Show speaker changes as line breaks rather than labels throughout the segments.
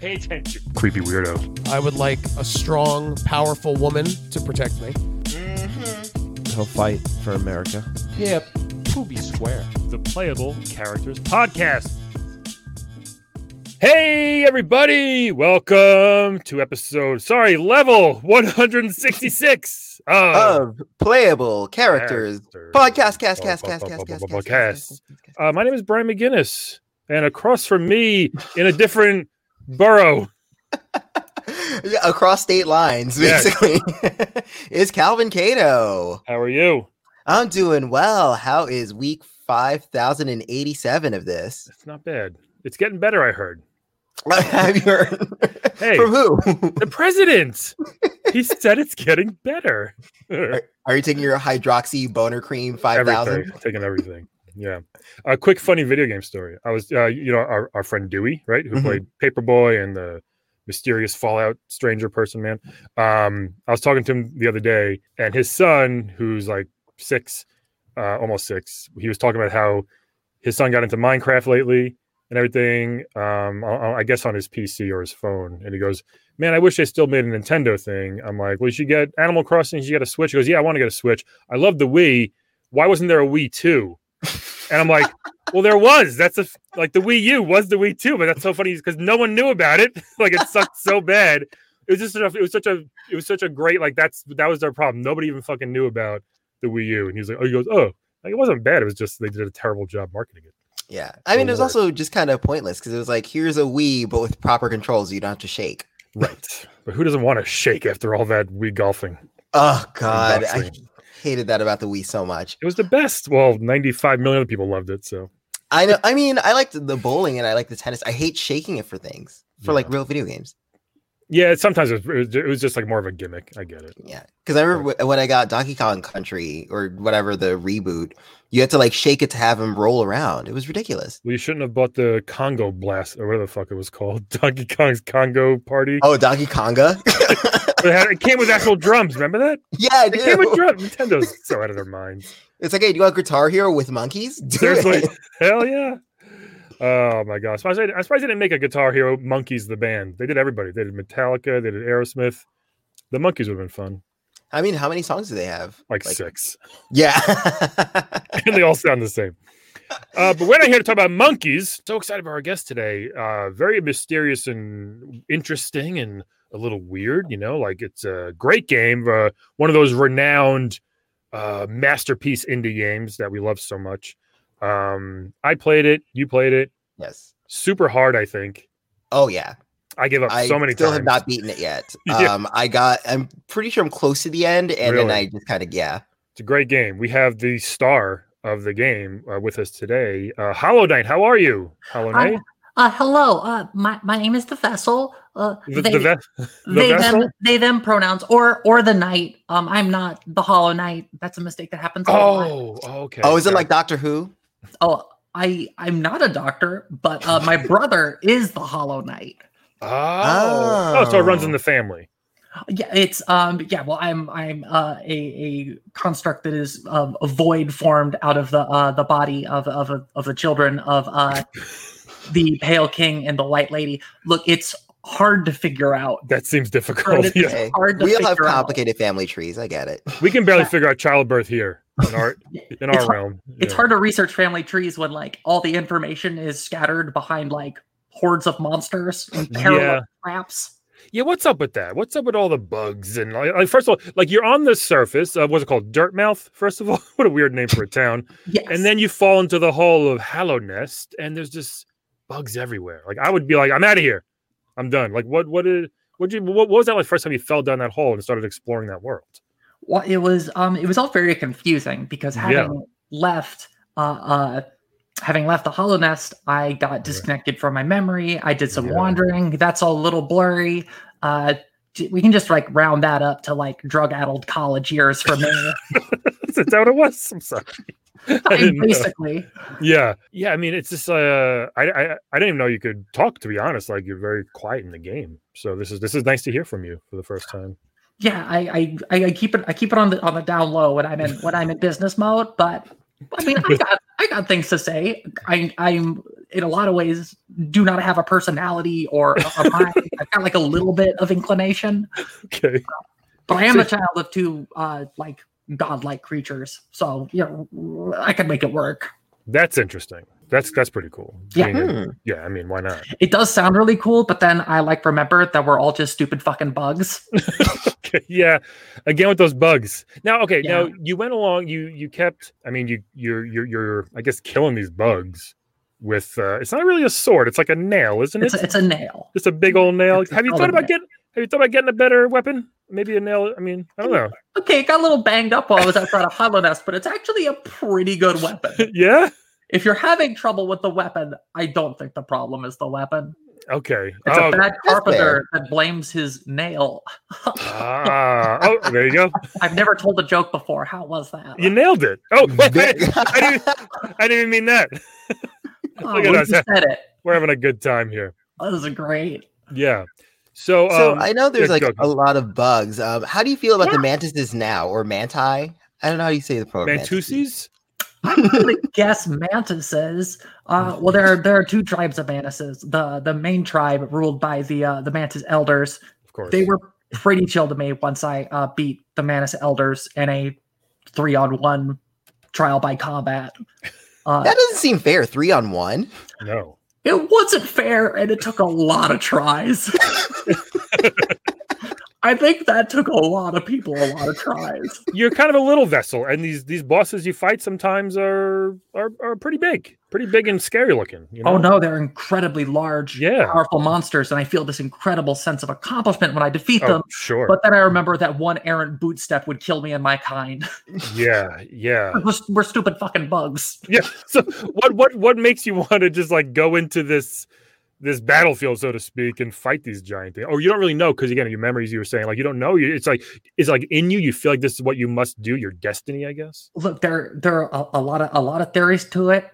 Pay attention. Creepy weirdo.
I would like a strong, powerful woman to protect me.
Mm-hmm.
He'll fight for America.
Yeah, Poopy Square.
the Playable Characters Podcast. Hey, everybody! Welcome to episode, sorry, level 166 of
Of playable characters.
Characters.
Podcast, cast, cast,
Bo- bo-
cast,
bo-
cast,
bo-
cast,
bo- bo-
cast,
cast.
cast. cast, cast,
Uh, my name is Brian McGinnis, and across from me in a different borough,
cast. Yeah, Across state lines,
Yes.
basically, is Calvin Cato.
how are you?
I'm doing well. How is week 5087 of this?
It's not bad. It's getting better, I heard.
Have you heard?
Hey.
From who?
The president! he said it's getting better.
Are you taking your hydroxy boner cream 5000?
everything, taking everything. Yeah. A quick funny video game story. I was, uh, you know, our, our friend Dewey, right, who
Mhm.
played Paperboy and the mysterious Fallout stranger person, man. Um, I was talking to him the other day, and his son, who's like six, uh, almost six, he was talking about how his son got into Minecraft lately and everything. Um, I, I guess on his PC or his phone, and he goes, "Man, I wish they still made a Nintendo thing." I'm like, "Well, you should get Animal Crossing. You should get a Switch." He goes, "Yeah, I want to get a Switch. I love the Wii. Why wasn't there a Wii Two? And I'm like, "Well, there was. That's a f- like the Wii U was the Wii Two, but that's so funny because no one knew about it. like it sucked so bad." It was just enough. It was such a. It was such a great. Like that's that was their problem. Nobody even fucking knew about the Wii U. And he was like, "Oh, he goes, oh, like, it wasn't bad. It was just they did a terrible job marketing it."
Yeah. I mean, it was
Lord.
also just kind of pointless because it was like, here's a Wii, but with proper controls, you don't have to shake.
Right. But who doesn't want to shake after all that Wii golfing?
Oh, God. I
boxing.
hated that about the Wii so much.
It was the best. Well, 95 million other people loved it. So
I know. I mean, I liked the bowling and I like the tennis. I hate shaking it for things, for like real video games.
yeah, it- sometimes it was, it was- it was just like more of a gimmick. I get it.
Yeah, because I remember wh- when I got Donkey Kong Country or whatever the reboot, you had to like shake it to have him roll around. It was ridiculous.
Well, you shouldn't have bought the Congo Blast or whatever the fuck it was called. Donkey Kong's Congo Party.
Oh, Donkey Konga.
But It, had- it came with actual drums. Remember that?
yeah, I
It came with
do.
drums. Nintendo's so out of their minds.
It's like, hey, do you want Guitar Hero with monkeys? Do
Seriously.
it.
Hell yeah. Oh my gosh. I'm surprised, I'm surprised they didn't make a Guitar Hero Monkeys the band. They did everybody. They did Metallica. They did Aerosmith. The Monkeys would have been fun.
I mean, how many songs do they have?
Like, six.
Yeah.
and they all sound the same. Uh, but we're not here to talk about monkeys. So excited about our guest today. Uh, very mysterious and interesting and a little weird, you know, like it's a great game. Uh, one of those renowned uh, masterpiece indie games that we love so much. Um, I played it. You played it.
yes.
Super hard, I think.
Oh yeah.
I gave up
I
so many
still
times.
have not beaten it yet.
Yeah.
Um, I got. I'm pretty sure I'm close to the end, and then
Really?
I just kind of yeah.
it's a great game. We have the star of the game uh, with us today. Uh, Hollow Knight, how are you? Hollow
Hi.
Knight?
Uh, hello. Uh, my my name is the vessel. Uh,
The,
they
the vet- the
they
vessel?
them they them pronouns or or the knight. Um, I'm not the hollow knight. That's a mistake that happens. all the time.
Oh, okay.
Oh, is it
Gotcha.
like Doctor Who?
oh, I I'm not a doctor, but uh, my brother is the hollow knight.
Oh. oh, so it runs in
Oh.
the family.
Yeah, it's um yeah. Well, I'm I'm uh, a a construct that is um, a void formed out of the uh the body of of of the children of uh the pale king and the white lady. Look, it's hard to figure out.
That seems difficult.
Right.
Yeah.
Okay.
hard to
We all have
figure out.
complicated family trees. I get it.
We can barely figure out childbirth here in our in our
It's har-
realm.
it's
Yeah.
hard to research family trees when like all the information is scattered behind like hordes of monsters and parallel
Yeah.
traps.
Yeah, what's up with that? What's up with all the bugs and like, like, first of all, like you're on the surface of what's it called? Dirtmouth, first of all. what a weird name for a town.
Yes.
And then you fall into the hole of Hallow Nest and there's just bugs everywhere. Like I would be like, I'm out of here. I'm done. Like what what did what you what, what was that like first time you fell down that hole and started exploring that world?
Well, it was um it was all very confusing because
Yeah.
having left uh uh having left the hollow nest, I got disconnected from my memory. I did some
Yeah.
wandering. That's all a little blurry. Uh d- we can just like round that up to like drug-addled college years for me.
Is that what it was? I'm sorry. I
I
didn't know.
basically
Yeah, yeah. I mean, it's just uh, I, I I didn't even know you could talk. To be honest, like you're very quiet in the game. So this is this is nice to hear from you for the first time.
yeah I, I i I keep it i keep it on the on the down low when i'm in when i'm in business mode but i mean i got I got things to say. I, I'm in a lot of ways do not have a personality or a, a mind. I've got like a little bit of inclination,
Okay.
but I am a child of two uh, like godlike creatures. So you know, I can make it work.
That's interesting. That's that's pretty cool.
Yeah. Hmm.
Being
Hmm.
a- yeah. I mean, why not?
It does sound really cool, but then I like remember that we're all just stupid fucking bugs.
Okay, yeah. Again with those bugs. Now, okay.
Yeah.
Now you went along. You you kept. I mean, you you're you're you're I guess killing these bugs with. uh It's not really a sword. It's like a nail, isn't
It's
it?
a, it's a nail.
Just a big old nail.
It's a
Have you
solid
thought about
nail.
getting? Have you thought about getting a better weapon? Maybe a nail. I mean, I don't know.
Okay, it got a little banged up while I was outside a hollow nest, but it's actually a pretty good weapon.
yeah.
If you're having trouble with the weapon, I don't think the problem is the weapon.
Okay.
It's
oh,
a bad
fair.
carpenter that blames his nail.
Oh, ah, oh, there you go.
I've never told a joke before. How was that?
You nailed it. Oh, wait, I
Big-
didn't. I didn't even mean that.
oh,
look at
we
us.
just said it.
We're having a good time here.
That was great.
Yeah. So,
So
um,
I know there's
yeah,
like
go,
a
go.
lot of bugs. Um, how do you feel about the
Yeah.
mantises now or manti? I don't know how you say the program.
Mantusis?
I'm gonna guess mantises.
Oh,
Uh, well, there are there are two tribes of mantises. The the main tribe ruled by the uh, the mantis elders.
Of course.
They were pretty chill to me once I uh, beat the mantis elders in a three on one trial by combat. Uh,
That doesn't seem fair. Three on one.
no.
It wasn't fair, and it took a lot of tries. I think that took a lot of people a lot of tries.
You're kind of a little vessel, and these these bosses you fight sometimes are are, are pretty big, pretty big and scary looking. You know?
Oh no, they're incredibly large,
Yeah.
powerful monsters, and I feel this incredible sense of accomplishment when I defeat
Oh,
them.
sure.
But then I remember that one errant boot step would kill me and my kind.
yeah, yeah,
we're, we're stupid fucking bugs.
yeah. So what what what makes you want to just like go into this this battlefield, so to speak, and fight these giant things? Oh, you don't really know because again, your memories you were saying like you don't know. You it's like it's like in you. You feel like this is what you must do. Your destiny, I guess.
Look, there there are a, a lot of a lot of theories to it.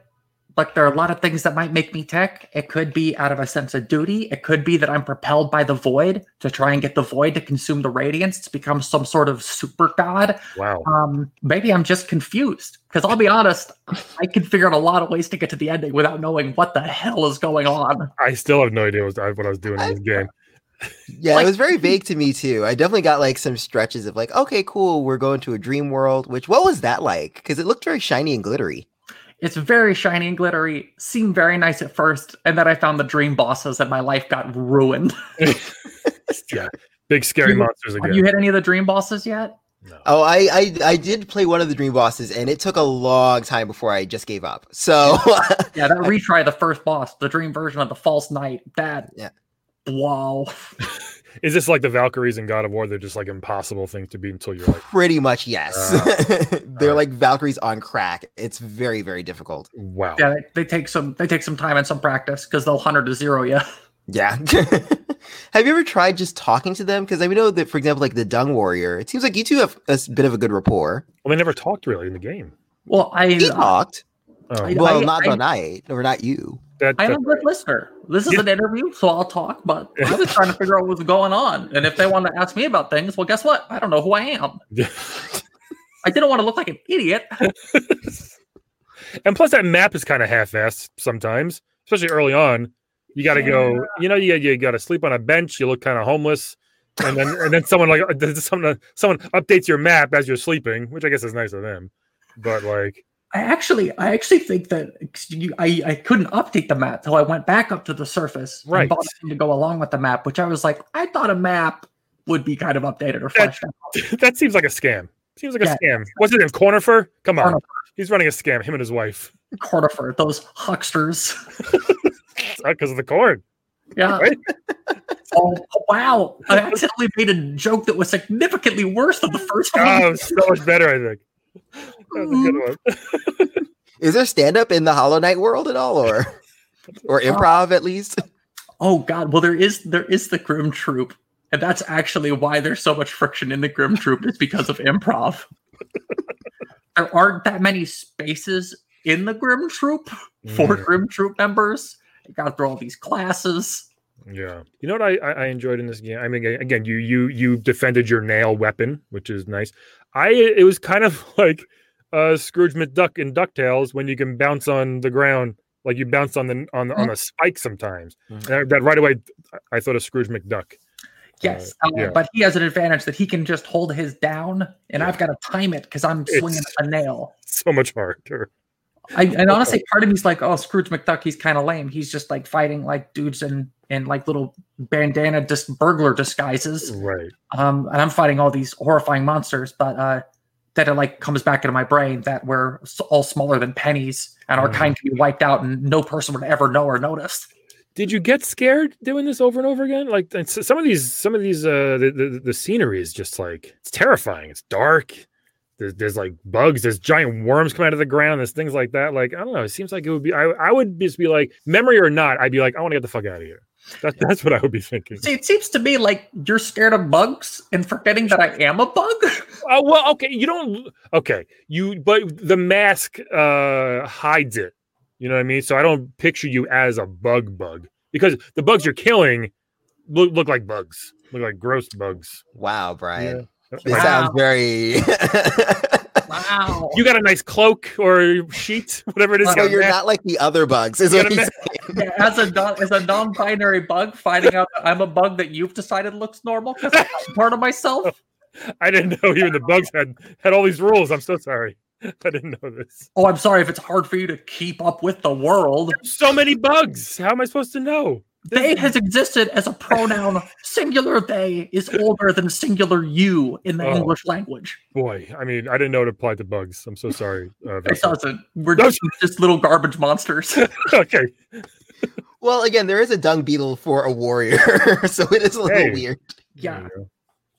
Like there are a lot of things that might make me tick. It could be out of a sense of duty. It could be that I'm propelled by the void to try and get the void to consume the radiance to become some sort of super god.
Wow.
Um, maybe I'm just confused because I'll be honest, I can figure out a lot of ways to get to the ending without knowing what the hell is going on.
I still have no idea what I what I was doing in this game.
Yeah,
Like-
it was very vague to me too. I definitely got like some stretches of like, okay, cool, we're going to a dream world. Which what was that like? Because it looked very shiny and glittery.
It's very shiny and glittery, seemed very nice at first, and then I found the dream bosses and my life got ruined.
Yeah. Big scary
You-
monsters again.
Have you uh, hit any of the dream bosses yet?
No.
Oh, I, I I did play one of the dream bosses, and it took a long time before I just gave up. So
Yeah, that retry the first boss, the dream version of the false knight. That
Yeah.
wow.
Is this like the Valkyries in God of War? They're just like impossible things to beat until you're like,
pretty much yes, they're
uh.
like Valkyries on crack. It's very very difficult.
wow.
Yeah, they, they take some they take some time and some practice because they'll hundred to zero you.
Yeah. have you ever tried just talking to them? Because I know that, for example, like the Dung Warrior, it seems like you two have a s- bit of a good rapport.
Well, they never talked really in the game.
Well, I uh,
He talked.
Oh,
I-
Well, not
I-
tonight, or not you.
that,
I'm a
that's
good
right.
listener. This is
Yeah.
an interview, so I'll talk, but I was trying to figure out what's going on. And if they want to ask me about things, well, guess what? I don't know who I am. I didn't want to look like an idiot.
and plus, that map is kind of half-assed sometimes, especially early on. You got to go. You know, you you got to sleep on a bench. You look kind of homeless, and then and then someone like someone someone updates your map as you're sleeping, which I guess is nice of them. But like,
I actually, I actually think that ex- you- I, I couldn't update the map till I went back up to the surface
Right.
and bought something to go along with the map, which I was like, I thought a map would be kind of updated or fleshed out.
that seems like a scam. Seems like a
Yeah.
scam. What's his name? Cornifer? Come on,
Cornifer.
he's running a scam. Him and his wife,
Cornifer, those hucksters.
because uh, of the corn.
Yeah.
Right.
oh wow! I accidentally made a joke that was significantly worse than the first one.
Oh, so much better, I think. That was a good one.
Is there stand up in the Hollow Knight world at all, or or improv at least?
Oh god, well there is there is the Grim Troop. And that's actually why there's so much friction in the Grim Troop is because of improv. there aren't that many spaces in the Grim Troop for
Mm.
Grim Troop members. You gotta throw all these classes.
Yeah. You know what I, I I enjoyed in this game? I mean, a- again, you you you defended your nail weapon, which is nice. I it was kind of like uh, Scrooge McDuck in Ducktales when you can bounce on the ground like you bounce on the on the, on a spike sometimes.
Mhm.
And I- that right away, I thought of Scrooge McDuck.
Yes,
Uh,
uh,
yeah.
but he has an advantage that he can just hold his down, and I've got to time it because I'm swinging
It's-
a nail.
So much harder.
I, and honestly, part of me's like, oh, Scrooge McDuck, he's kind of lame. He's just like fighting like dudes in in like little bandana dis- burglar disguises,
Right.
um, and I'm fighting all these horrifying monsters. But uh, then it like comes back into my brain that we're s- all smaller than pennies, and our
Mm.
kind can be wiped out, and no person would ever know or notice.
Did you get scared doing this over and over again? Like and so- some of these, some of these, uh, the, the the scenery is just like it's terrifying. It's dark. There's, there's like bugs. There's giant worms coming out of the ground. There's things like that. Like I don't know. It seems like it would be. I I would just be like memory or not. I'd be like I want to get the fuck out of here. That's that's what I would be thinking.
See, it seems to me like you're scared of bugs and forgetting that I am a bug.
Uh, well, okay, you don't. Okay, you but the mask uh hides it. You know what I mean? So I don't picture you as a bug bug because the bugs you're killing look, look like bugs, look like gross bugs.
Wow, Brian. This
Like,
sounds
Wow.
very.
Wow.
you got a nice cloak or sheet, whatever it is.
Well,
you
so
got a
Oh, you're
mask.
not like the other bugs. Is
You
what
got a
he's
ma-
Yeah, as a non, as a non-binary bug, finding out that I'm a bug that you've decided looks normal because I'm part of myself.
I didn't know even the bugs had had all these rules. I'm so sorry. I didn't know this.
Oh, I'm sorry if it's hard for you to keep up with the world.
So many bugs. How am I supposed to know?
They has existed as a pronoun. Singular they is older than singular you in the
Oh.
English language.
Boy, I mean, I didn't know it applied to bugs. I'm so sorry. Uh,
It
Vessel.
doesn't. We're
That's-
just, just little garbage monsters.
okay,
Well, again, there is a dung beetle for a warrior, so it is a little
Hey.
weird.
Yeah.
There you go.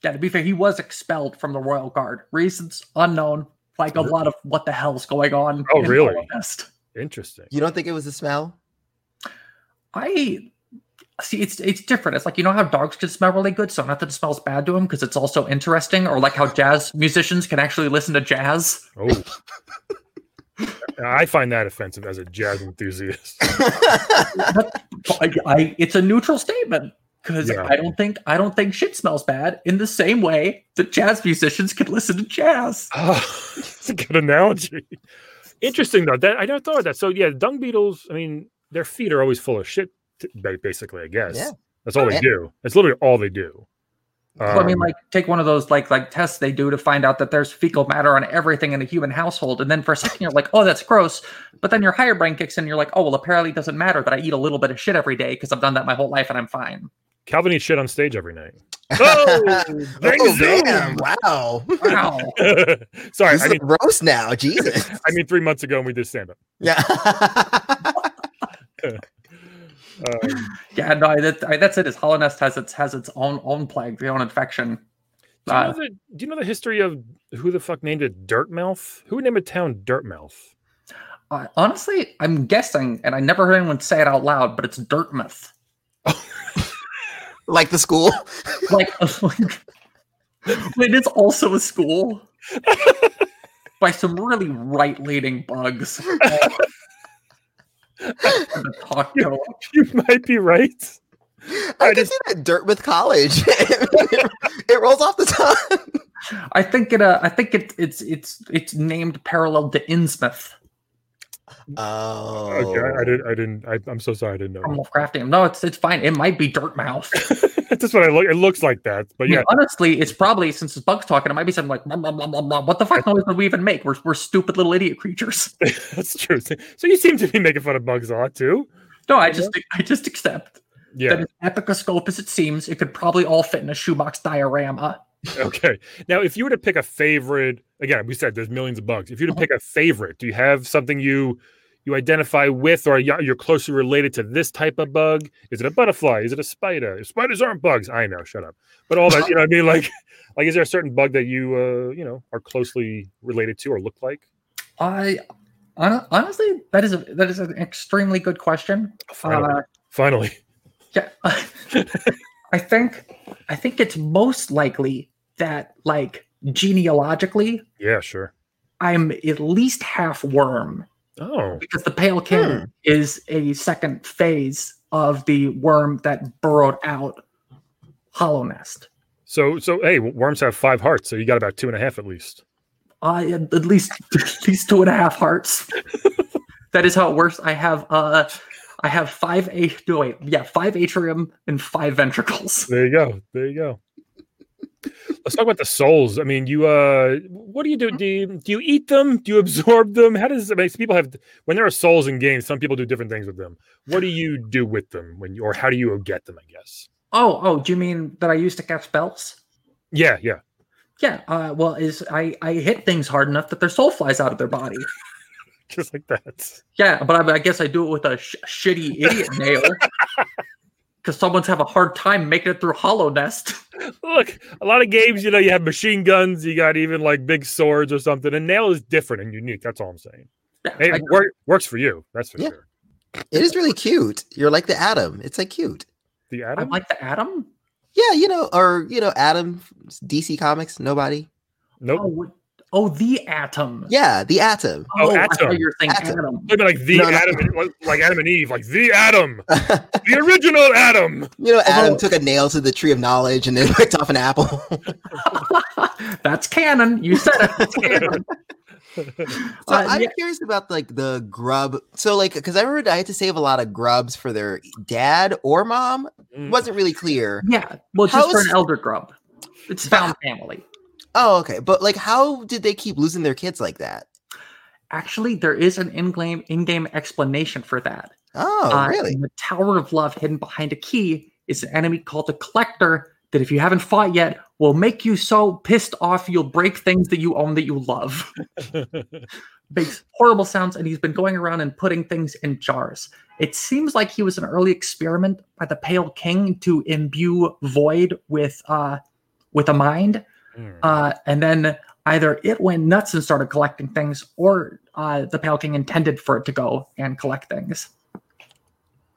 Yeah, to be fair, he was expelled from the Royal Guard. Reasons unknown. Like a lot of what the hell's going on.
Oh,
in
really?
August.
Interesting.
You don't think it was the smell?
I see. It's it's different. It's like you know how dogs can smell really good, so not that it smells bad to them because it's also interesting. Or like how jazz musicians can actually listen to jazz.
Oh. I find that offensive as a jazz enthusiast.
I, I- it's a neutral statement because
Yeah.
I don't think I don't think shit smells bad in the same way that jazz musicians can listen to jazz.
Oh, it's a good analogy. Interesting though. That I never thought of that. So yeah, dung beetles. I mean, their feet are always full of shit. t- ba- Basically, I guess
Yeah.
that's all they
Yeah.
do. That's literally all they do.
Well, I mean,
Um,
like take one of those like like tests they do to find out that there's fecal matter on everything in a human household, and then for a second you're like, oh, that's gross, but then your higher brain kicks in, and you're like, oh, well, apparently it doesn't matter that I eat a little bit of shit every day because I've done that my whole life and I'm fine.
Calvin eats shit on stage every night. Oh, bang
Oh,
zoom!
damn, Wow.
Wow,
Sorry,
this
I
is
mean,
gross now. Jesus.
I mean, three months ago when we did stand up.
yeah.
Um,
yeah, no, I, that, I, that's it. Is Hollow Nest has its has its own own plague, its own infection.
do, you know
Uh,
the, do you know the history of who the fuck named it Dirtmouth? Who would name a town Dirtmouth?
I, honestly, I'm guessing, and I never heard anyone say it out loud, but it's dirt myth.
like the school.
like, like it is also a school by some really right-leaning bugs I'm gonna talk to
You might be right.
I,
I
can
just-
see that dirt with college. it rolls off the tongue.
i think it uh, i think it, it's it's it's named parallel to innsmouth
Oh.
Okay, I, I didn't. I didn't. I, I'm so sorry. I didn't
from
know.
lovecraftian no it's it's fine it might be dirtmouth
That's just what I look. It looks like that,
I
but
mean,
yeah,
honestly it's probably since it's bugs talking it might be something like blah, blah, blah, blah, blah. what the fuck noise would we even make we're, we're stupid little idiot creatures
that's true. So so you seem to be making fun of bugs a lot too.
no i just i just accept that
Yeah.
as epic a scope as it seems it could probably all fit in a shoebox diorama
Okay. Now, if you were to pick a favorite, again, we said there's millions of bugs. If you were to
Mhm.
pick a favorite, do you have something you you identify with, or you- you're closely related to this type of bug? Is it a butterfly? Is it a spider? Spiders aren't bugs. I know. Shut up. But all that, you know, what I mean, like, like, is there a certain bug that you, uh, you know, are closely related to or look like?
I hon- honestly, that is a that is an extremely good question.
Finally,
Uh,
finally.
yeah, I think I think it's most likely that like genealogically,
yeah, sure.
I'm at least half worm
Oh,
because the pale king is a second phase of the worm that burrowed out Hollow Nest.
So so hey, worms have five hearts, so you got about two and a half at least.
Uh, at least at least two and a half hearts. that is how it works. I have uh I have five a no wait, yeah, five atrium and five ventricles.
There you go. There you go. Let's talk about the souls. I mean, you uh what do you do? Do you, do you eat them? Do you absorb them? How does I mean, people have when there are souls in games, some people do different things with them. What do you do with them when you or how do you get them, I guess?
Oh, oh, do you mean that I used to cast spells?
Yeah, yeah.
Yeah, uh, well, is I I hit things hard enough that their soul flies out of their body.
Just like that.
Yeah, but I, I guess I do it with a sh- shitty idiot nailer because someone's have a hard time making it through Hollow Nest.
Look, a lot of games, you know, you have machine guns, you got even like big swords or something, and nail is different and unique. That's all I'm saying.
Yeah,
It
I-
wor- works for you, that's for
Yeah.
sure.
It is really cute. You're like the atom. It's like cute.
The
I,
Adam?
like the Atom.
Yeah, you know, or you know, Adam, DC Comics, nobody.
nope.
Oh, what- oh, the Atom.
Yeah, the Atom.
Oh,
I thought
Atom.
you were saying
Atom.
Atom.
Maybe like the
No, no.
Adam, like, like Adam and Eve, like the Adam,
you
the original Adam.
know, Adam
Oh.
Although-
took a nail to the tree of knowledge and then picked off an apple.
That's canon. You said it. It's canon.
So
Uh,
I'm
yeah.
curious about like the grub. So like, because I remember I had to save a lot of grubs for their dad or mom.
Mm.
wasn't really clear.
Yeah. Well, just for
How's-
an elder grub. It's found family.
Oh, okay, but like, how did they keep losing their kids like that?
Actually, there is an in-game in-game explanation for that.
Oh,
Uh,
really?
in the Tower of Love, hidden behind a key, is an enemy called the Collector that, if you haven't fought yet, will make you so pissed off you'll break things that you own that you love. Makes horrible sounds, and he's been going around and putting things in jars. It seems like he was an early experiment by the Pale King to imbue Void with uh, with a mind,
Mm.
uh, and then either it went nuts and started collecting things, or uh, the Pale King intended for it to go and collect things.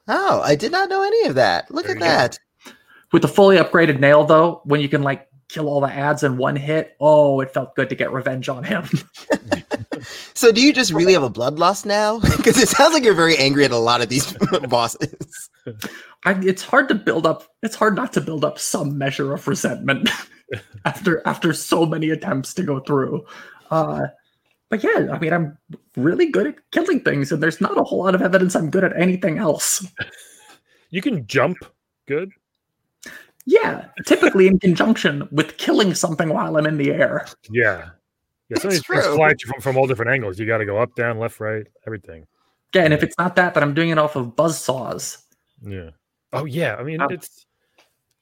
Oh, I did not know any of that. Look
There you
at
go.
that.
With the fully upgraded nail, though, when you can like kill all the ads in one hit, oh, it felt good to get revenge on him.
So, do you just really have a blood loss now? Because it sounds like you're very angry at a lot of these bosses.
I, it's hard to build up. It's hard not to build up some measure of resentment after after so many attempts to go through. Uh, but yeah, I mean, I'm really good at killing things, and there's not a whole lot of evidence I'm good at anything else.
you can jump. Good.
Yeah, typically in conjunction with killing something while I'm in the air.
Yeah. Yeah, some of
That's
these things
true.
fly at you from, from all different angles. You got to go up, down, left, right, everything.
Yeah, and if it's not that, then I'm doing it off of buzz saws.
Yeah. Oh yeah. I mean,
Oh.
it's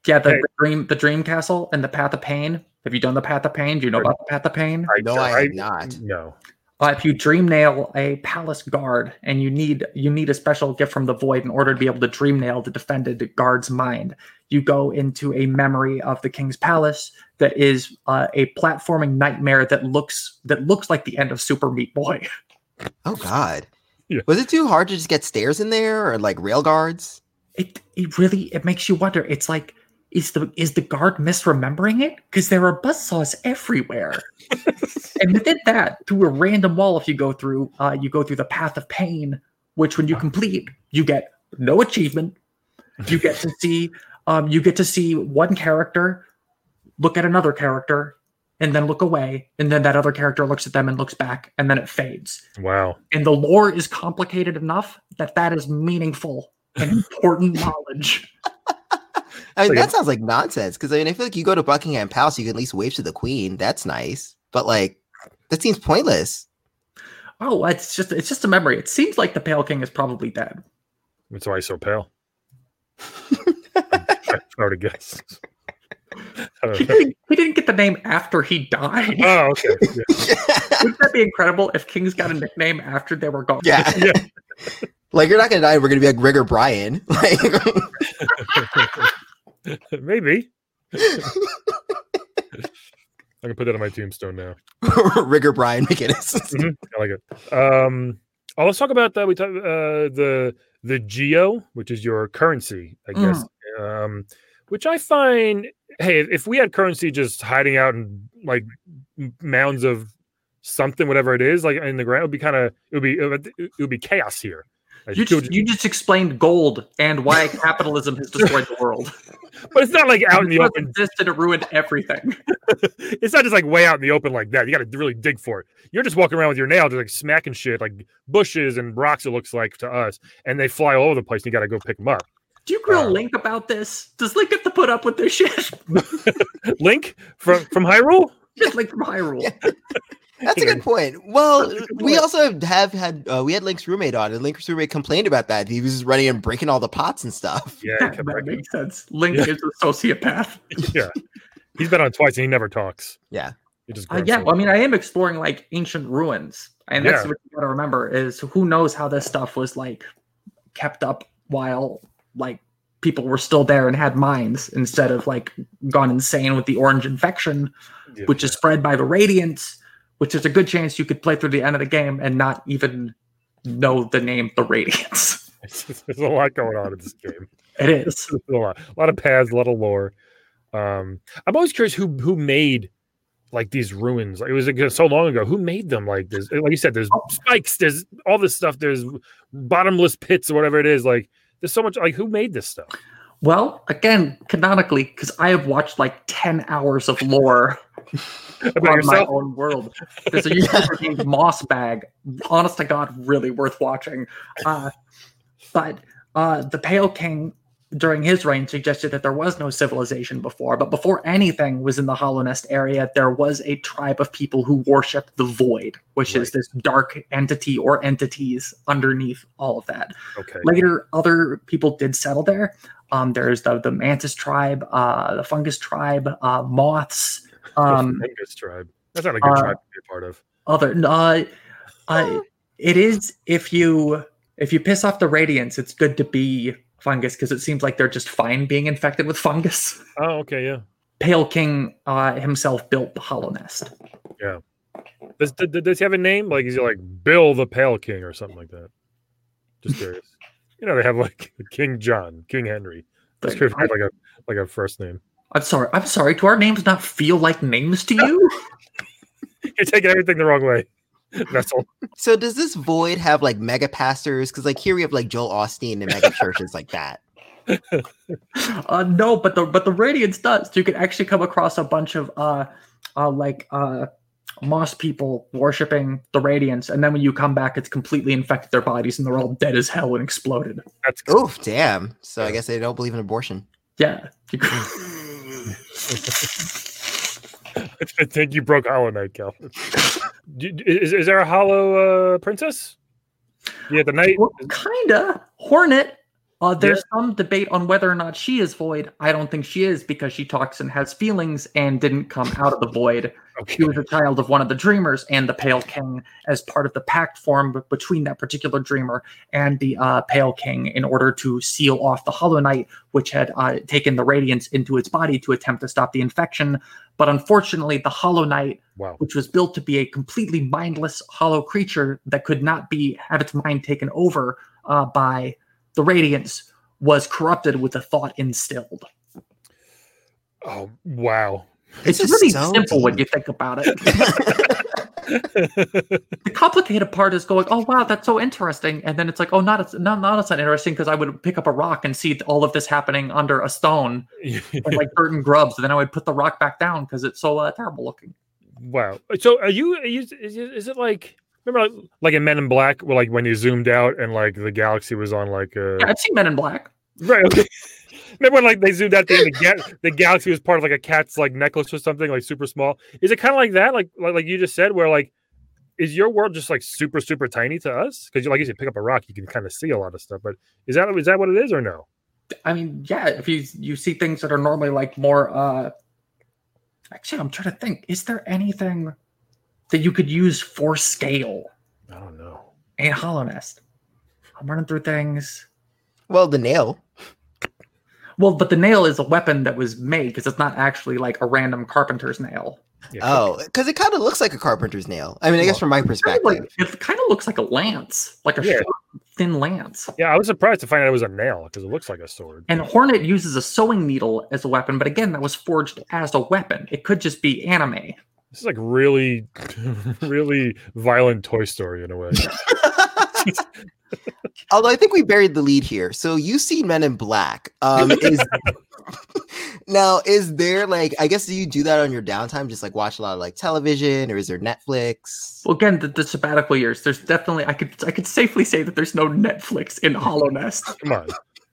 Yeah, the,
Hey.
the dream, the dream castle, and the path of pain. Have you done the path of pain? Do you know about the path of pain?
I Mm.
No, I have not.
No.
Uh, if you dream nail a palace guard, and you need you need a special gift from the void in order to be able to dream nail the defended guard's mind, you go into a memory of the king's palace that is uh, a platforming nightmare that looks that looks like the end of Super Meat Boy.
Oh God.
Yeah.
Was it too hard to just get stairs in there or like rail guards?
it it really it makes you wonder it's like is the is the guard misremembering it because there are buzzsaws everywhere and within that through a random wall if you go through uh, you go through the path of pain which when you complete you get no achievement you get to see um, you get to see one character look at another character and then look away and then that other character looks at them and looks back and then it fades
Wow.
and the lore is complicated enough that that is meaningful and important knowledge.
I mean,
Like
that
a-
sounds like nonsense. Because I mean, I feel like you go to Buckingham Palace, you can at least wave to the Queen. That's nice, but like, that seems pointless.
Oh, it's just it's just a memory. It seems like the Pale King is probably dead.
That's why he's so pale. I would have guessed. I
He
don't know.
didn't, he didn't get the name after he died.
Oh, okay. Yeah.
Wouldn't that be incredible if kings got a nickname after they were gone?
yeah.
Yeah.
Like you're not gonna die. We're gonna be like Rigger Bryan. Like,
Maybe. I can put that on my tombstone now.
Rigger Bryan McGinnis.
I like it. Um, oh, let's talk about that. We talk uh, the the geo, which is your currency,
Mm.
I guess. Um, which I find, hey, if we had currency just hiding out in like m- mounds of something, whatever it is, like in the ground, it would be kind of it would be it would, it would be chaos here. I
You
killed
just, you just explained gold and why capitalism has destroyed the world.
But it's not like out in the
It
open.
existed, it ruined everything.
It's not just like way out in the open like that. You got to really dig for it. You're just walking around with your nail, just like smacking shit, like bushes and rocks. It looks like to us, and they fly all over the place. And you got to go pick them up.
Do you grill
Uh,
Link about this? Does Link have to put up with this shit?
Link from from Hyrule.
Just Link from Hyrule.
That's a good point. Well, we also have had uh, we had Link's roommate on, and Link's roommate complained about that. He was just running and breaking all the pots and stuff.
Yeah, he
that
kept wrecking.
makes sense. Link
Yeah.
is a sociopath.
he's been on twice and he never talks.
Yeah.
he just
Uh,
grunts
yeah,
and-
well, I mean, I am exploring like ancient ruins, and that's
Yeah.
what you gotta remember is who knows how this stuff was like kept up while like people were still there and had minds instead of like gone insane with the orange infection,
Yeah.
which is spread by the radiance, which is a good chance you could play through the end of the game and not even know the name the radiance.
there's a lot going on in this game.
it is.
There's a lot, a lot of paths, a lot of lore. Um, I'm always curious who who made like these ruins. Like, it was like, so long ago. Who made them? Like there's like you said, there's
Oh.
spikes, there's all this stuff, there's bottomless pits or whatever it is. Like there's so much. Like who made this stuff?
Well, again, canonically, because I have watched like 10 hours of lore
About
on my
yourself?
own world. There's a YouTuber named Moss Bag. Honest to God, really worth watching. Uh, but uh, the Pale King, during his reign, suggested that there was no civilization before. But before anything was in the Hollow Nest area, there was a tribe of people who worship the Void, which is this dark entity or entities underneath all of that
Okay.
later other people did settle there um, there's the, the mantis tribe uh, the fungus tribe uh, moths um,
Fungus tribe. That's not a good
uh,
tribe to be a part of.
other uh, uh, it is if you if you piss off the radiance it's good to be fungus because it seems like they're just fine being infected with fungus
Oh, okay, yeah.
pale king uh, himself built the hollow nest
Does, does, does he have a name? Like, is he like Bill the Pale King or something like that? Just curious. you know, they have like King John, King Henry. That's
But
curious. if
I,
they have, like a like a first name.
i'm sorry i'm sorry do our names not feel like names to you
You're taking everything the wrong way. That's all.
So does this void have like mega pastors? Because like here we have like Joel Austin and mega churches like that.
uh no but the but the radiance does you could actually come across a bunch of uh uh like uh moss people worshiping the radiance and then when you come back it's completely infected their bodies and they're all dead as hell and exploded
That's
Oh.
cool.
Oof, damn. So I
Yeah.
guess they don't believe in abortion.
yeah You-
I think you broke Hollow Knight, Cal. Do- do- is, is there a Hollow uh, Princess? Yeah, the knight.
well, kinda hornet uh there's some debate on whether or not she is void i don't think she is because she talks and has feelings and didn't come out of the void
Okay.
She was a child of one of the dreamers and the Pale King as part of the pact formed between that particular dreamer and the uh, Pale King in order to seal off the Hollow Knight, which had uh, taken the Radiance into its body to attempt to stop the infection. But unfortunately, the Hollow Knight,
Wow.
which was built to be a completely mindless hollow creature that could not be have its mind taken over uh, by the Radiance, was corrupted with the thought instilled.
Oh, wow.
It's
This is
really
so
simple when
deep.
you think about it. the complicated part is going, oh wow, that's so interesting, and then it's like, oh, not it's not not it's not interesting because I would pick up a rock and see all of this happening under a stone, and, like dirt and grubs, and then I would put the rock back down because it's so uh, terrible looking.
Wow. So are you, are you is, it- is it like remember like, like in Men in Black where like when you zoomed out and like the galaxy was on like uh, a
Yeah, I've seen Men in Black.
right okay. Remember when like they zoomed out the the, ga- the galaxy was part of like a cat's like necklace or something like super small. Is it kind of like that like, like like you just said where like is your world just like super super tiny to us? Because like you said, pick up a rock, you can kind of see a lot of stuff. But is that is that what it is or no?
I mean, yeah, if you you see things that are normally like more. uh Actually, I'm trying to think. Is there anything that you could use for scale
I don't know.
in Hollow Nest? I'm running through things.
Well, the nail.
Well, but the nail is a weapon that was made because it's not actually like a random carpenter's nail.
Yeah,
Oh, because it kind of looks like a carpenter's nail. I mean, I guess from my
Kind
perspective.
of like, it kind of looks like a lance, like a
Yeah.
short, thin lance.
yeah. I was surprised to find out it was a nail because it looks like a sword.
And Hornet uses a sewing needle as a weapon, but again, that was forged as a weapon. It could just be anime.
This is like really, really violent Toy Story in a way.
much.
Although I think we buried the lead here. So you see Men in Black. Um, is now is there like I guess do you do that on your downtime? Just like watch a lot of like television, or is there Netflix?
Well, again, the, the sabbatical years. There's definitely I could I could safely say that there's no Netflix in Hollow Nest.
Come on.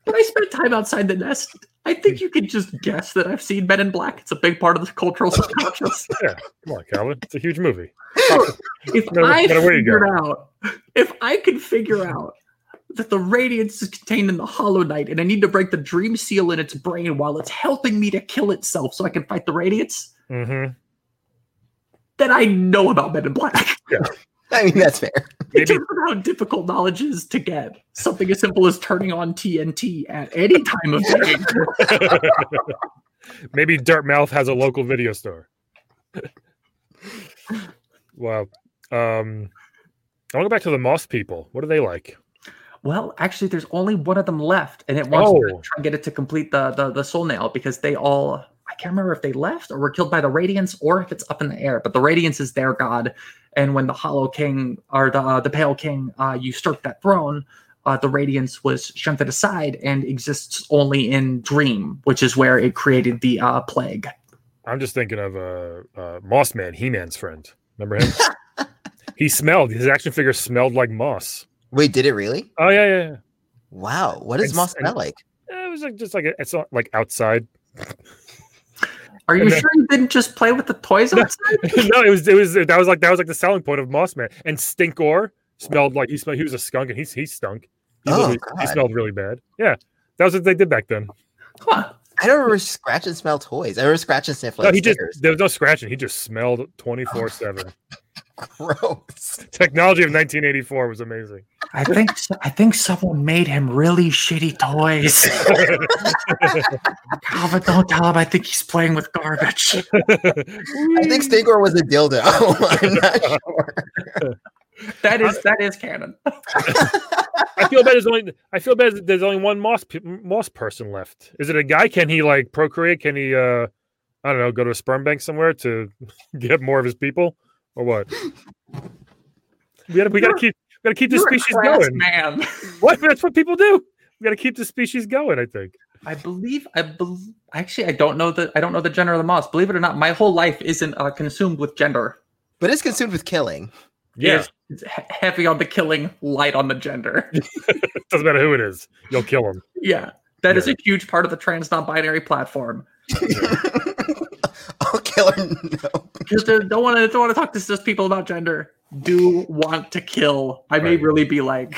But I spent time outside the nest. I think you could just guess that I've seen Men in Black. It's a big part of the cultural subconscious.
Yeah. Come on, Calvin. It's a huge movie.
If
No,
I
no, where you
figured out, if I could figure out that the radiance is contained in the Hollow Knight, and I need to break the dream seal in its brain while it's helping me to kill itself, so I can fight the radiance,
Mm-hmm.
then I know about Men in Black.
I mean that's fair.
In
Maybe
terms of how difficult knowledge is to get, something as simple as turning on TNT at any time of day.
maybe Dartmouth has a local video store. wow. Um, I want to go back to the Moss people. What are they like?
Well, actually, there's only one of them left, and it wants to
Oh.
try and get it to complete the, the the soul nail because they all I can't remember if they left or were killed by the radiance or if it's up in the air. But the radiance is their god, and when the Hollow King or the uh, the Pale King uh, usurped that throne, uh, the radiance was shunted aside and exists only in dream, which is where it created the uh, plague.
I'm just thinking of uh, uh, Moss Man, He Man's friend. Remember him? he smelled. His action figure smelled like moss.
Wait, did it really?
Oh yeah, yeah. yeah.
Wow, what does
It's-
moss smell like?
Eh, It was like just like a- it's not like outside.
Are you
And then-
sure you didn't just play with the toys outside?
no, it was it was that was like that was like the selling point of Moss Man. And Stinkor smelled like he smelled. He was a skunk, and he he stunk. He,
Oh,
literally- he
God.
smelled really bad. Yeah, that was what they did back then.
Huh.
I don't remember scratch and smell toys. I remember scratch and sniff like
no, he just
stickers.
there was no scratching. He just
Oh.
smelled twenty four seven.
Gross.
Technology of nineteen eighty four was amazing.
I think I think someone made him really shitty toys. Calvin, don't tell him. I think he's playing with garbage.
I think Stingor was a dildo. I'm not sure.
That is that is canon.
I feel bad. There's only I feel bad. that There's only one moss pe- moss person left. Is it a guy? Can he like procreate? Can he uh I don't know go to a sperm bank somewhere to get more of his people or what? We gotta we gotta
You're-
keep we gotta keep the
You're a
species
crass
going.
man.
What that's what people do. We gotta keep the species going. I think.
I believe I bel actually I don't know the I don't know the gender of the moss. Believe it or not, my whole life isn't uh, consumed with gender.
But it's consumed with killing.
It's- it's he- heavy on the killing, light on the gender.
it doesn't matter who it is. You'll kill him.
yeah, that is a huge part of the trans non-binary platform.
Oh, killer, no.
Just uh, don't want to don't want to talk to cis people about gender. Do want to kill? I may
Right.
really be like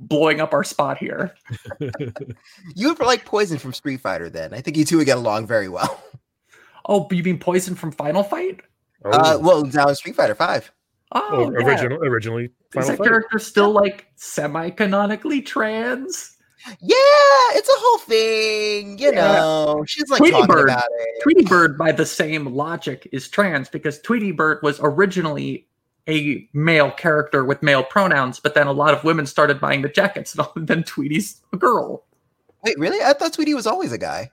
blowing up our spot here.
You would like poison from Street Fighter then. I think you two would get along very well.
Oh, you mean poison from Final Fight?
Oh,
Uh, well, now in Street Fighter 5.
Oh,
or-
yeah.
original originally.
Is
Final
that
Fight.
character still like semi-canonically trans?
Yeah, it's a whole thing. You
Yeah.
know, she's like
Tweety
talking
Bird.
about it.
Tweety Bird, by the same logic, is trans because Tweety Bird was originally a male character with male pronouns, but then a lot of women started buying the jackets, and then Tweety's a girl.
Wait, really? I thought Tweety was always a guy.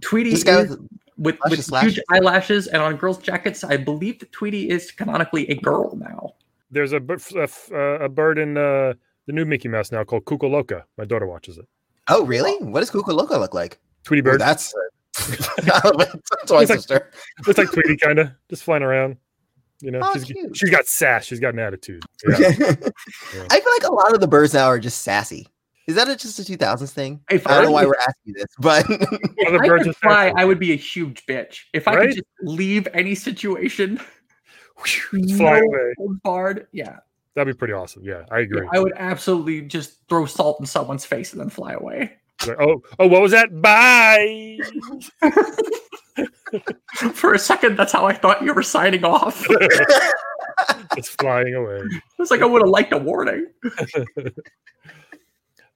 Tweety
This guy
is,
was,
with, with
luscious
huge
lashes.
eyelashes and on girls' jackets, I believe that Tweety is canonically a girl now.
There's a bir- a, f- uh, a bird in uh, the new Mickey Mouse now called Kukaloka. My daughter watches it.
oh, really? What does Kukuloko look like?
Tweety
Oh,
bird.
that's that's my
He's like-
sister.
Looks like Tweety, kind of just flying around. You know,
Oh,
she's,
cute.
she's got sass. She's got an attitude. Yeah.
I feel like a lot of the birds now are just sassy. Is that a, just a 2000s thing?
If
I don't know why
could-
we're asking this, but
if
Other
I
birds
could
are
fly,
sassy.
I would be a huge bitch. If I
Right?
could just leave any situation,
Fly
no
away.
holds barred, yeah,
That'd be pretty awesome. Yeah, I
yeah,
agree.
I would absolutely just throw salt in someone's face and then fly away.
Like, oh, oh, what was that? Bye.
For a second, that's how I thought you were signing off. I
it's flying away.
was like, I would have liked a warning.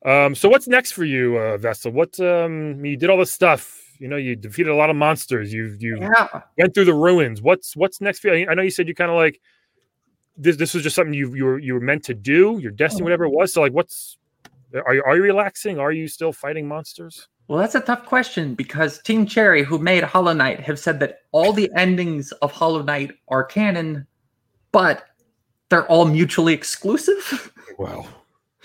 Um, so what's next for you, uh, Vessel? What um, you did all this stuff. You know, you defeated a lot of monsters. You you
Yeah.
went through the ruins. What's what's next for you? I know you said you kind of like this. This was just something you you were you were meant to do. Your
Oh.
destiny, whatever it was. So like, what's are you are you relaxing? Are you still fighting monsters?
Well, that's a tough question because Team Cherry, who made Hollow Knight, have said that all the endings of Hollow Knight are canon, but they're all mutually exclusive.
Wow.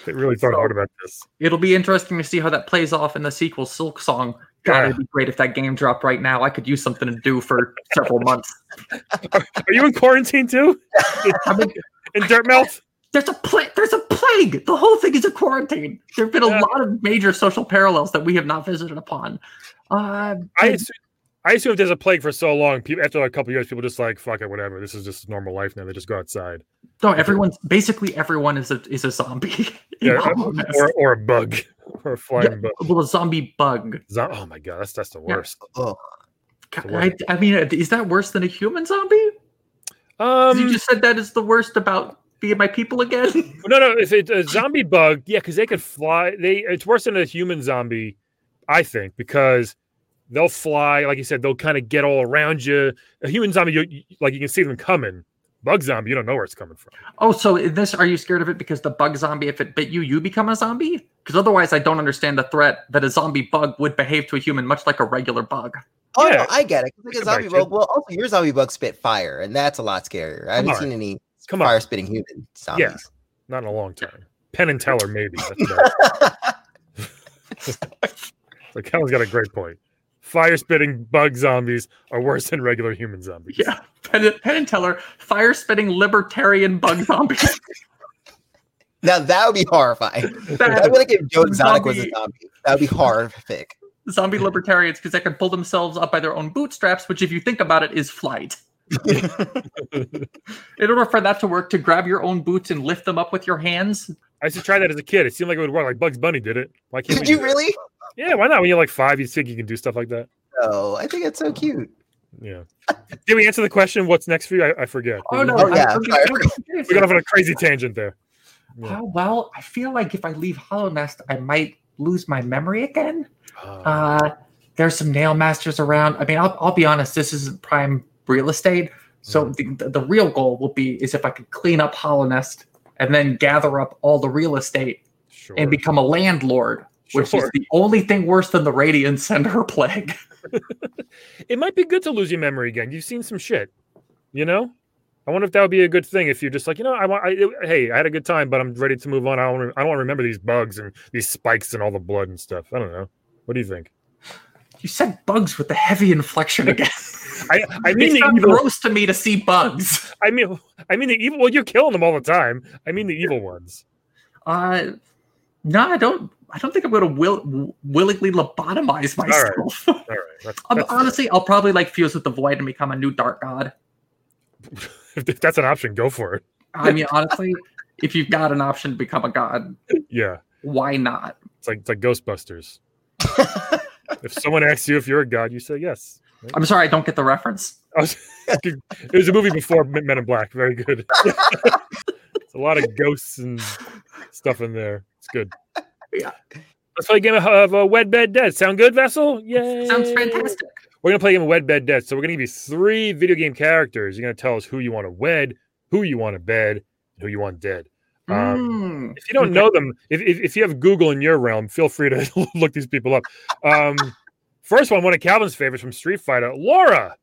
They really thought
So-
hard about this.
It'll be interesting to see how that plays off in the sequel, Silk Song. God,
Yeah.
it'd be great if that game dropped right now. I could use something to do for several months.
Are you in quarantine too?
I mean,
In dirt melt?
there's a pla- there's a plague. The whole thing is a quarantine. There have been a
Yeah.
lot of major social parallels that we have not visited upon. Uh,
I assume, I assume if there's a plague for so long, people after like a couple years, people just like fuck it, whatever. This is just normal life now. They just go outside.
no, everyone's basically everyone is a is a zombie. in
Yeah,
Hollow
or
Knight.
or a bug, or a flying bug.
well, a zombie bug.
Zo- Oh my god, that's that's the
Yeah.
worst.
Oh,
So
I, I mean, is that worse than a human zombie? 'Cause
Um,
you just said that is the worst about being my people again.
no, no, if it's a zombie bug, yeah, because they could fly. They it's worse than a human zombie, I think, because they'll fly. Like you said, they'll kind of get all around you. A human zombie, you, you like you can see them coming. Bug zombie, you don't know where it's coming from.
oh, so in this, are you scared of it because the bug zombie, if it bit you, you become a zombie? Because otherwise, I don't understand the threat that a zombie bug would behave to a human much like a regular bug.
oh
Yeah.
no, I get it. 'cause, Like
It
a
can bite
zombie
you.
bug. Well, also your zombie bug spit fire, and that's a lot scarier. I haven't
on.
seen any
Come on,
fire spitting human zombies.
not in a long time. Penn and Teller, maybe. That's about it. like Helen's got a great point. Fire spitting bug zombies are worse than regular human zombies.
Yeah, Penn, Penn and Teller, fire spitting libertarian bug zombie.
Now that would be horrifying. I
That-
would like if Joe Exotic was a
Zombie-
zombie. That would be horrific.
zombie libertarians because they can pull themselves up by their own bootstraps, which, if you think about it, is flight. In order for that to work, to grab your own boots and lift them up with your hands,
I used to try that as a kid. It seemed like it would work. Like Bugs Bunny did it. Why can't
Did
we
you
do it?
really?
Yeah, why not? When you're like five, you think you can do stuff like that.
No, I think it's so cute.
Yeah. Did we answer the question? What's next for you? I, I forget.
Oh no!
Oh,
I'm
yeah,
looking-
sorry.
We got off on a crazy tangent there. Yeah.
Oh, well, I feel like if I leave Hollow Nest, I might lose my memory again.
Uh,
Uh, there's some nail masters around. I mean, I'll, I'll be honest, this isn't prime real estate. So the, the real goal will be is if I could clean up Hollow Nest and then gather up all the real estate
sure.
and become a landlord, which
Sure.
is the only thing worse than the Radiant Sender plague.
it might be good to lose your memory again. You've seen some shit, you know. I wonder if that would be a good thing if you're just like, you know, I want, I, hey, I had a good time, but I'm ready to move on. I don't, wanna- I don't want to remember these bugs and these spikes and all the blood and stuff. I don't know. What do you think?
You said bugs with the heavy inflection again.
I, I mean
it's
the
not
evil.
gross to me to see bugs.
I mean, I mean the evil. Well, you're killing them all the time. I mean the evil ones.
Uh, no, I don't. I don't think I'm going to will, willingly lobotomize
right.
myself.
All right. That's,
Um,
that's-
honestly, I'll probably like fuse with the void and become a new dark god.
if that's an option, go for it.
I mean, honestly, if you've got an option to become a god,
Yeah.
why not?
It's like it's like Ghostbusters. if someone asks you if you're a god, you say yes. right?
I'm sorry, I don't get the reference.
I was, it was a movie before Men Men in Black. Very good. it's a lot of ghosts and stuff in there. It's good.
Yeah.
Let's play a game of, of uh, Wed Bed Dead. Sound good, Vessel? Yeah.
Sounds fantastic.
We're gonna play a game of Wed Bed Dead. So we're gonna give you three video game characters. You're gonna tell us who you want to wed, who you want to bed, and who you want dead. Um,
Mm.
If you don't
Okay.
know them, if, if, if you have Google in your realm, feel free to look these people up. Um, first one, one of Calvin's favorites from Street Fighter, Laura.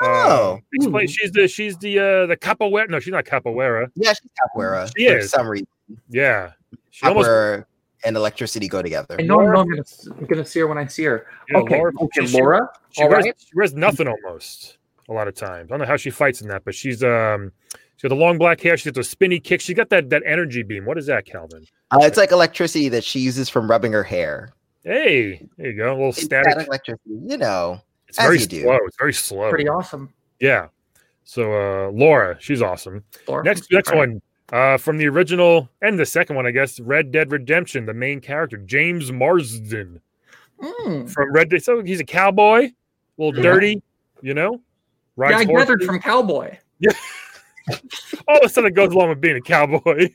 Oh.
Um, explain.
Ooh.
She's the she's the uh, the capoeira. No, she's not capoeira.
Yeah, she's capoeira.
She
for
is.
some reason.
Yeah, she almost.
Capoeira and electricity go together.
I know I'm going to see her when I see her.
yeah,
okay,
Laura-
okay,
she- she-
Laura.
She,
all
wears,
right.
she wears nothing almost a lot of times. I don't know how she fights in that, but she's um she's got the long black hair. She's got the spinny kick. She got that that energy beam. What is that, Calvin?
Uh, it's like electricity that she uses from rubbing her hair.
Hey, there you go. A little
It's
static.
static electricity, you know.
it's
as
very
you do.
slow. It's very slow.
Pretty awesome.
Yeah. So uh Laura, she's awesome.
Laura from
Next
Street
next
Fighter.
one. Uh, from the original and the second one, I guess, Red Dead Redemption, the main character, James Marsden.
Mm.
from Red Dead. So he's a cowboy, a little
Yeah.
dirty, you know.
Yeah, I
horses.
gathered from Cowboy.
all of a sudden it goes along with being a cowboy.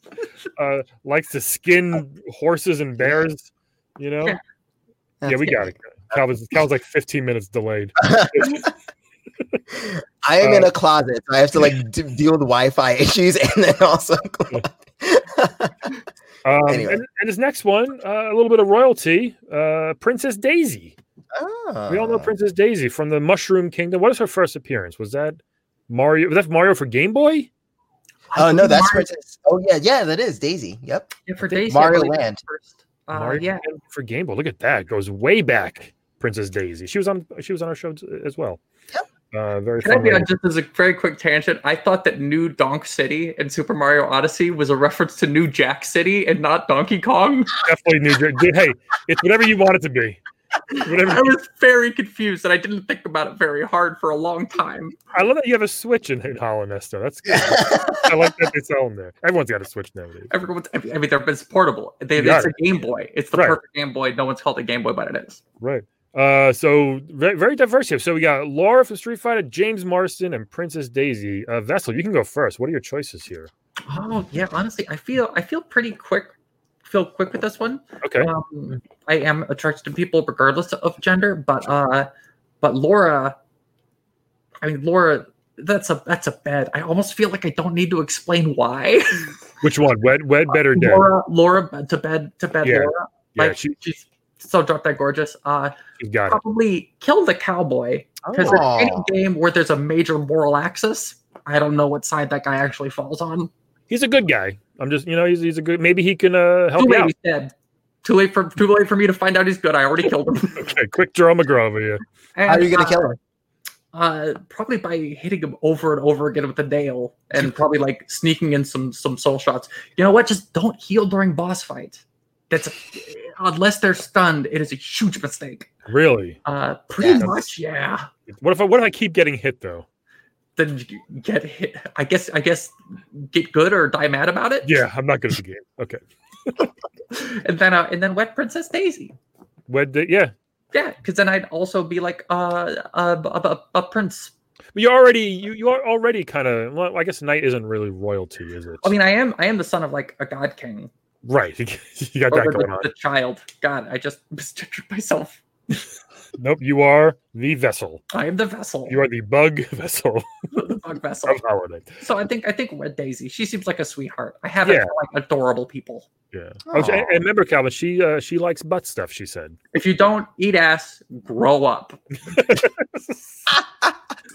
uh, likes to skin horses and bears, you know.
Yeah.
yeah, we got it. Calvin's, Calvin's like 15 minutes delayed.
I am in
Uh,
a closet, so I have to like d- deal with Wi-Fi issues, and then also.
Um,
Anyway.
and, and his next one, uh, a little bit of royalty, uh, Princess Daisy. We all know
Oh.
Princess Daisy from the Mushroom Kingdom. What is her first appearance? Was that Mario? Was that Mario for Game Boy?
Oh no, that's
Mario,
Princess. Oh yeah, yeah, that is Daisy. Yep.
yeah, for Daisy.
Mario
I believe,
Land.
First. Uh,
Mario
yeah,
Land for Game Boy. Look at that. Goes way back. Princess Daisy. She was on. She was on our show t- as well. Uh, very
Can I
fun.
be
lady.
on just as a very quick tangent? I thought that New Donk City in Super Mario Odyssey was a reference to New Jack City and not Donkey Kong.
Definitely New Jersey. Hey, it's whatever you want it to be. Whatever.
I was very confused and I didn't think about it very hard for a long time.
I love that you have a switch in, in Holland Nesta. That's good. I like that they sell them there. Everyone's got a switch nowadays.
Everyone's, I mean, they're it's portable. They,
Yeah.
it's a Game Boy. It's the
Right.
perfect Game Boy. No one's called it Game Boy, but it is.
Right. Uh, so very, very diverse here. So we got Laura from Street Fighter, James Marston, and Princess Daisy. Uh, Vessel, you can go first. What are your choices here?
oh
Yeah, honestly, I feel I feel pretty quick, feel quick with this one.
Okay.
Um, I am attracted to people regardless of gender, but uh, but Laura, I mean Laura, that's a that's a bed. I almost feel like I don't need to explain why.
Which one? Wed, wed, bed, or dead?
Laura, Laura to bed to bed.
Yeah,
Laura,
yeah,
like
she,
she's so drop that gorgeous. Uh,
she's got it.
probably kill the cowboy because
Aw.
any game where there's a major moral axis, I don't know what side that guy actually falls on.
He's a good guy. I'm just, you know, he's, he's a good. Maybe he can uh, help
too
you
late,
out.
he's dead. Too late for too late for me to find out he's good. I already killed him.
Okay, quick Jerome McGraw over here.
And,
How are you gonna
uh,
kill her?
Uh, probably by hitting him over and over again with a nail, and probably like sneaking in some some soul shots. You know what? Just don't heal during boss fight. That's unless they're stunned. It is a huge mistake.
Really?
Uh, pretty
Yeah.
much, yeah.
What if I what if I keep getting hit though?
Then you get hit. I guess. I guess get good or die mad about it.
Yeah, I'm not good at the game. Okay.
And then uh, and then wet Princess Daisy.
Wed, da- yeah.
Yeah, because then I'd also be like uh, uh, a, a, a prince.
But you already you you are already kind of well. I guess knight isn't really royalty, is it?
I mean, I am I am the son of like a god king,
right? You got
or
that
oh, the,
going on.
the child. God, I just misgendered myself.
Nope. You are the vessel.
I am the vessel,
You are the bug vessel
the bug vessel.
of holiday.
So I think I think Red Daisy. She seems like a sweetheart. I have it
Yeah.
for like adorable people.
Yeah. Oh, she-
Aw.
and remember, Calvin, she uh, she likes butt stuff. She said.
If you don't eat ass, grow up.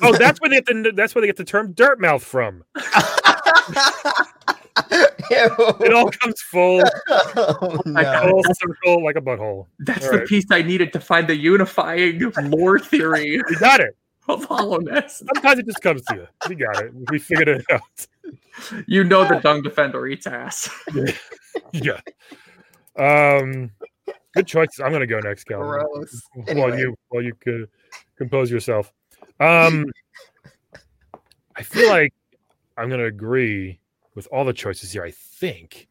Oh, that's where they get the that's where they get the term dirt mouth from. It all comes full,
oh, no.
full circle like a butthole.
That's the
Alright.
piece I needed to find the unifying lore theory
You got it.
of Hollow Nest.
Sometimes it just comes to you. You got it. We figured it out.
You know the dung defender eats ass.
Yeah. Um. Good choices. I'm gonna go next, Calvin.
Gross.
While
Anyway.
you while you could compose yourself. Um I feel like I'm gonna agree with all the choices here, I think.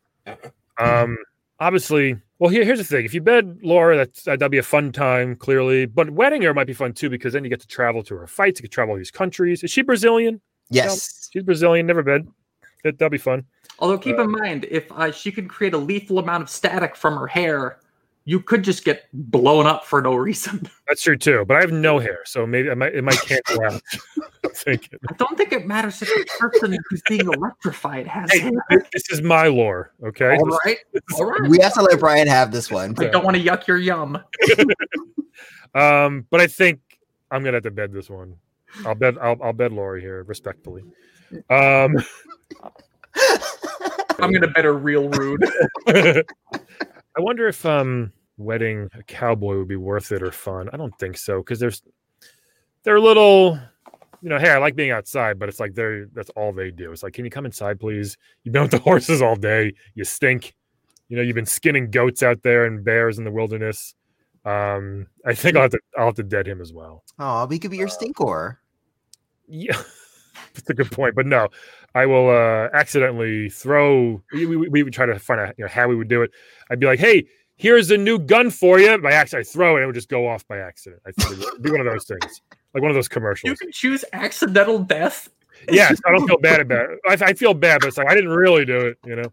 Um obviously well here, here's the thing. If you bed Laura, that's that'd be a fun time, clearly. But wedding her might be fun too, because then you get to travel to her fights, you could travel these countries. Is she Brazilian?
Yes.
She's Brazilian, never bed. That that'll be fun.
Although keep in mind, if uh, she could create a lethal amount of static from her hair, you could just get blown up for no reason.
That's true too. But I have no hair, so maybe I might it might cancel out. I'm thinking.
I don't think it matters if the person who's being electrified has
Hey,
hair.
th- this is my lore, okay?
All right, all right.
We have to let Brian have this one.
I don't want to yuck your yum.
Um, but I think I'm gonna have to bed this one. I'll bet I'll, I'll bed Lori here respectfully. Um,
I'm gonna bet a real rude.
I wonder if um wedding a cowboy would be worth it or fun. I don't think so because there's they're a little, you know. Hey, I like being outside, but it's like they're that's all they do. It's like, can you come inside, please? You've been with the horses all day. You stink. You know, you've been skinning goats out there and bears in the wilderness. Um, I think I'll have to I'll have to dead him as well.
Oh, we could be your
Uh.
stinkor.
Yeah, that's a good point. But no, I will uh, accidentally throw. We, we, we would try to find out you know, how we would do it. I'd be like, "Hey, here's a new gun for you." By accident, I throw it, and it would just go off by accident. I think it'd be one of those things, like one of those
You
commercials.
can choose accidental death.
Yes, I don't feel bad about it. I, I feel bad, but it's like I didn't really do it, you know.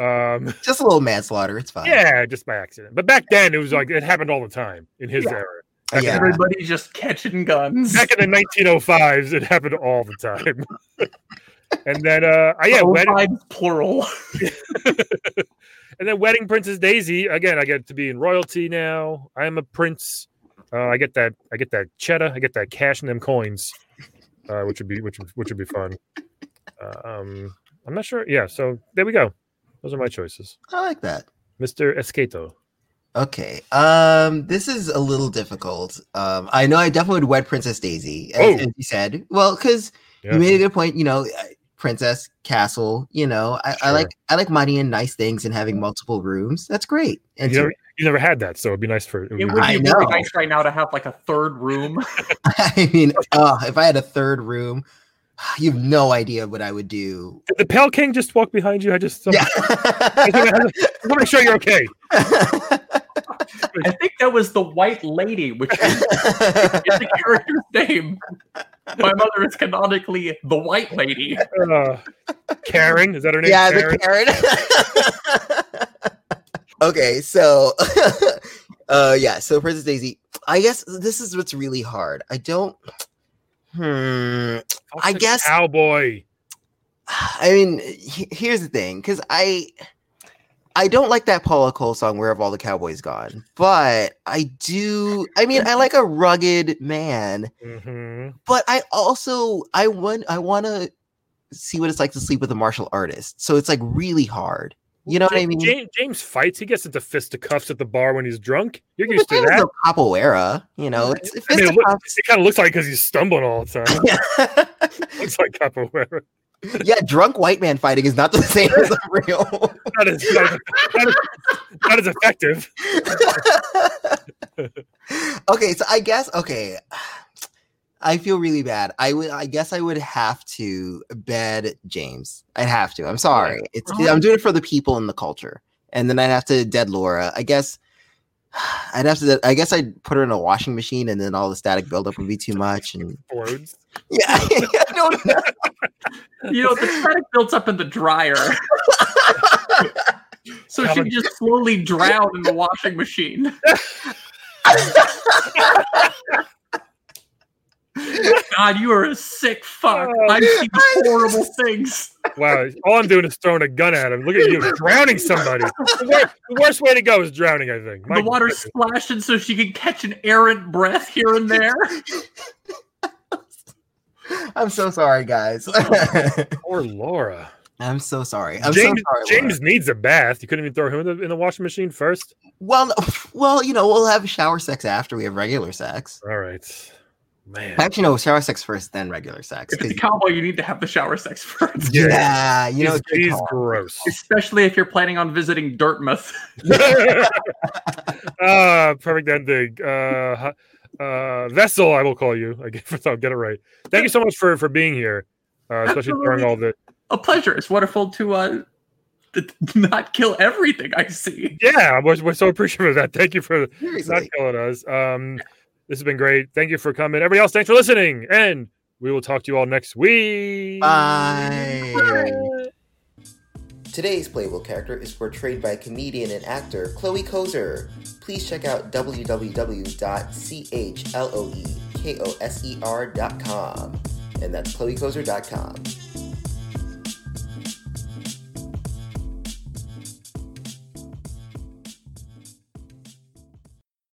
Um,
Just a little manslaughter. It's fine.
yeah, just by accident. But back then, it was like it happened all the time in his
Yeah.
era.
Yeah.
Everybody just catching guns.
Back in the 1905s, it happened all the time. and then, uh, I,
Oh,
yeah, when,
Homicides, plural.
And then Wedding Princess Daisy. Again, I get to be in royalty now. I am a prince. Uh, I get that. I get that cheddar. I get that cash and them coins, uh, which would be which would- which would be fun. Uh, um, I'm not sure. Yeah, so there we go. Those are my choices.
I like that.
Mr. Escato.
Okay. Um, this is a little difficult. Um, I know I definitely would wed Princess Daisy, as,
Oh.
as you said. Well, because
Yeah.
you made a good point. You know, uh, princess castle. You know, I, I like I like money and nice things and having multiple rooms. That's great. And
You
so,
never, you never had that, so it'd be nice for. It would
It
be
would
I
be
know.
really nice right now to have like a third room.
I mean, uh, if I had a third room, you have no idea what I would do.
Did the Pale King just walk behind you? I just.
Yeah.
I want to make sure you're okay.
I think that was the White Lady, which is the character's name. My mother is canonically the White Lady.
Uh, Karen, is that her name?
yeah,
Karen?
the Karen. okay, so uh yeah, so Princess Daisy, I guess this is what's really hard. I don't hmm
Fuck
I
the
guess-
cowboy.
I mean, he- here's the thing cuz I I don't like that Paula Cole song Where Have All the Cowboys Gone, but I do I mean, I like a rugged man,
hmm
but I also I want I want to see what it's like to sleep with a martial artist. So it's like really hard. You know what I mean?
James, James fights. He gets into fisticuffs at the bar when he's drunk. You're
But
used to
that was
that.
the capoeira, you know. It's,
I mean, it, look,
fisticuffs.
it kind of looks like because he's stumbling all the time. looks like capoeira.
yeah, drunk white man fighting is not the same as a real.
Not as, not, as- not as, not as effective.
okay, so I guess okay. I feel really bad. I would. I guess I would have to bed James. I'd have to. I'm sorry. It's. I'm doing it for the people and the culture. And then I'd have to dead Laura. I guess. I'd have to. I guess I'd put her in a washing machine, and then all the static buildup would be too much. And
Words.
yeah, I don't know.
You know, the static builds up in the dryer. So she just slowly drowned in the washing machine. God, you are a sick fuck. I've seen horrible things.
Wow. All I'm doing is throwing a gun at him. Look at you drowning somebody. The worst, the worst way to go is drowning. I think. My
the water
goodness.
splashing so she can catch an errant breath here and there.
I'm so sorry, guys.
Poor Laura.
I'm so sorry. I'm
James,
so sorry.
James
Laura.
needs a bath. You couldn't even throw him in the, in the washing machine first.
Well, no- well, you know, we'll have shower sex after we have regular sex.
All right, man.
Actually, no, shower sex first, then regular sex.
If it's a
'cause-
cowboy, you need to have the shower sex first.
Yeah.
yeah, you know,
he's,
good
he's
call.
gross.
Especially if you're planning on visiting Dartmouth.
Ah, perfect ending. Uh, hu- uh, Vessel, I will call you. I get, I'll get it right. Thank you so much for for being here, uh, especially during all the.
A pleasure. It's wonderful to uh to not kill everything I see.
Yeah, we're, we're so appreciative of that. Thank you for not
Seriously.
killing us. Um, this has been great. Thank you for coming. Everybody else, thanks for listening, and we will talk to you all next week.
Bye. Today's playable character is portrayed by comedian and actor Chloe Kozer. Please check out E www.chloekoser.com. And that's chloekoser.com.